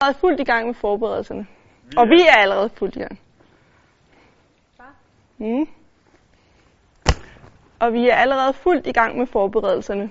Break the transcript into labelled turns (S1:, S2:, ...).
S1: allerede fuldt i gang med forberedelserne. Og vi er allerede fuldt i gang. Mm. Og vi er allerede fuldt i gang med forberedelserne.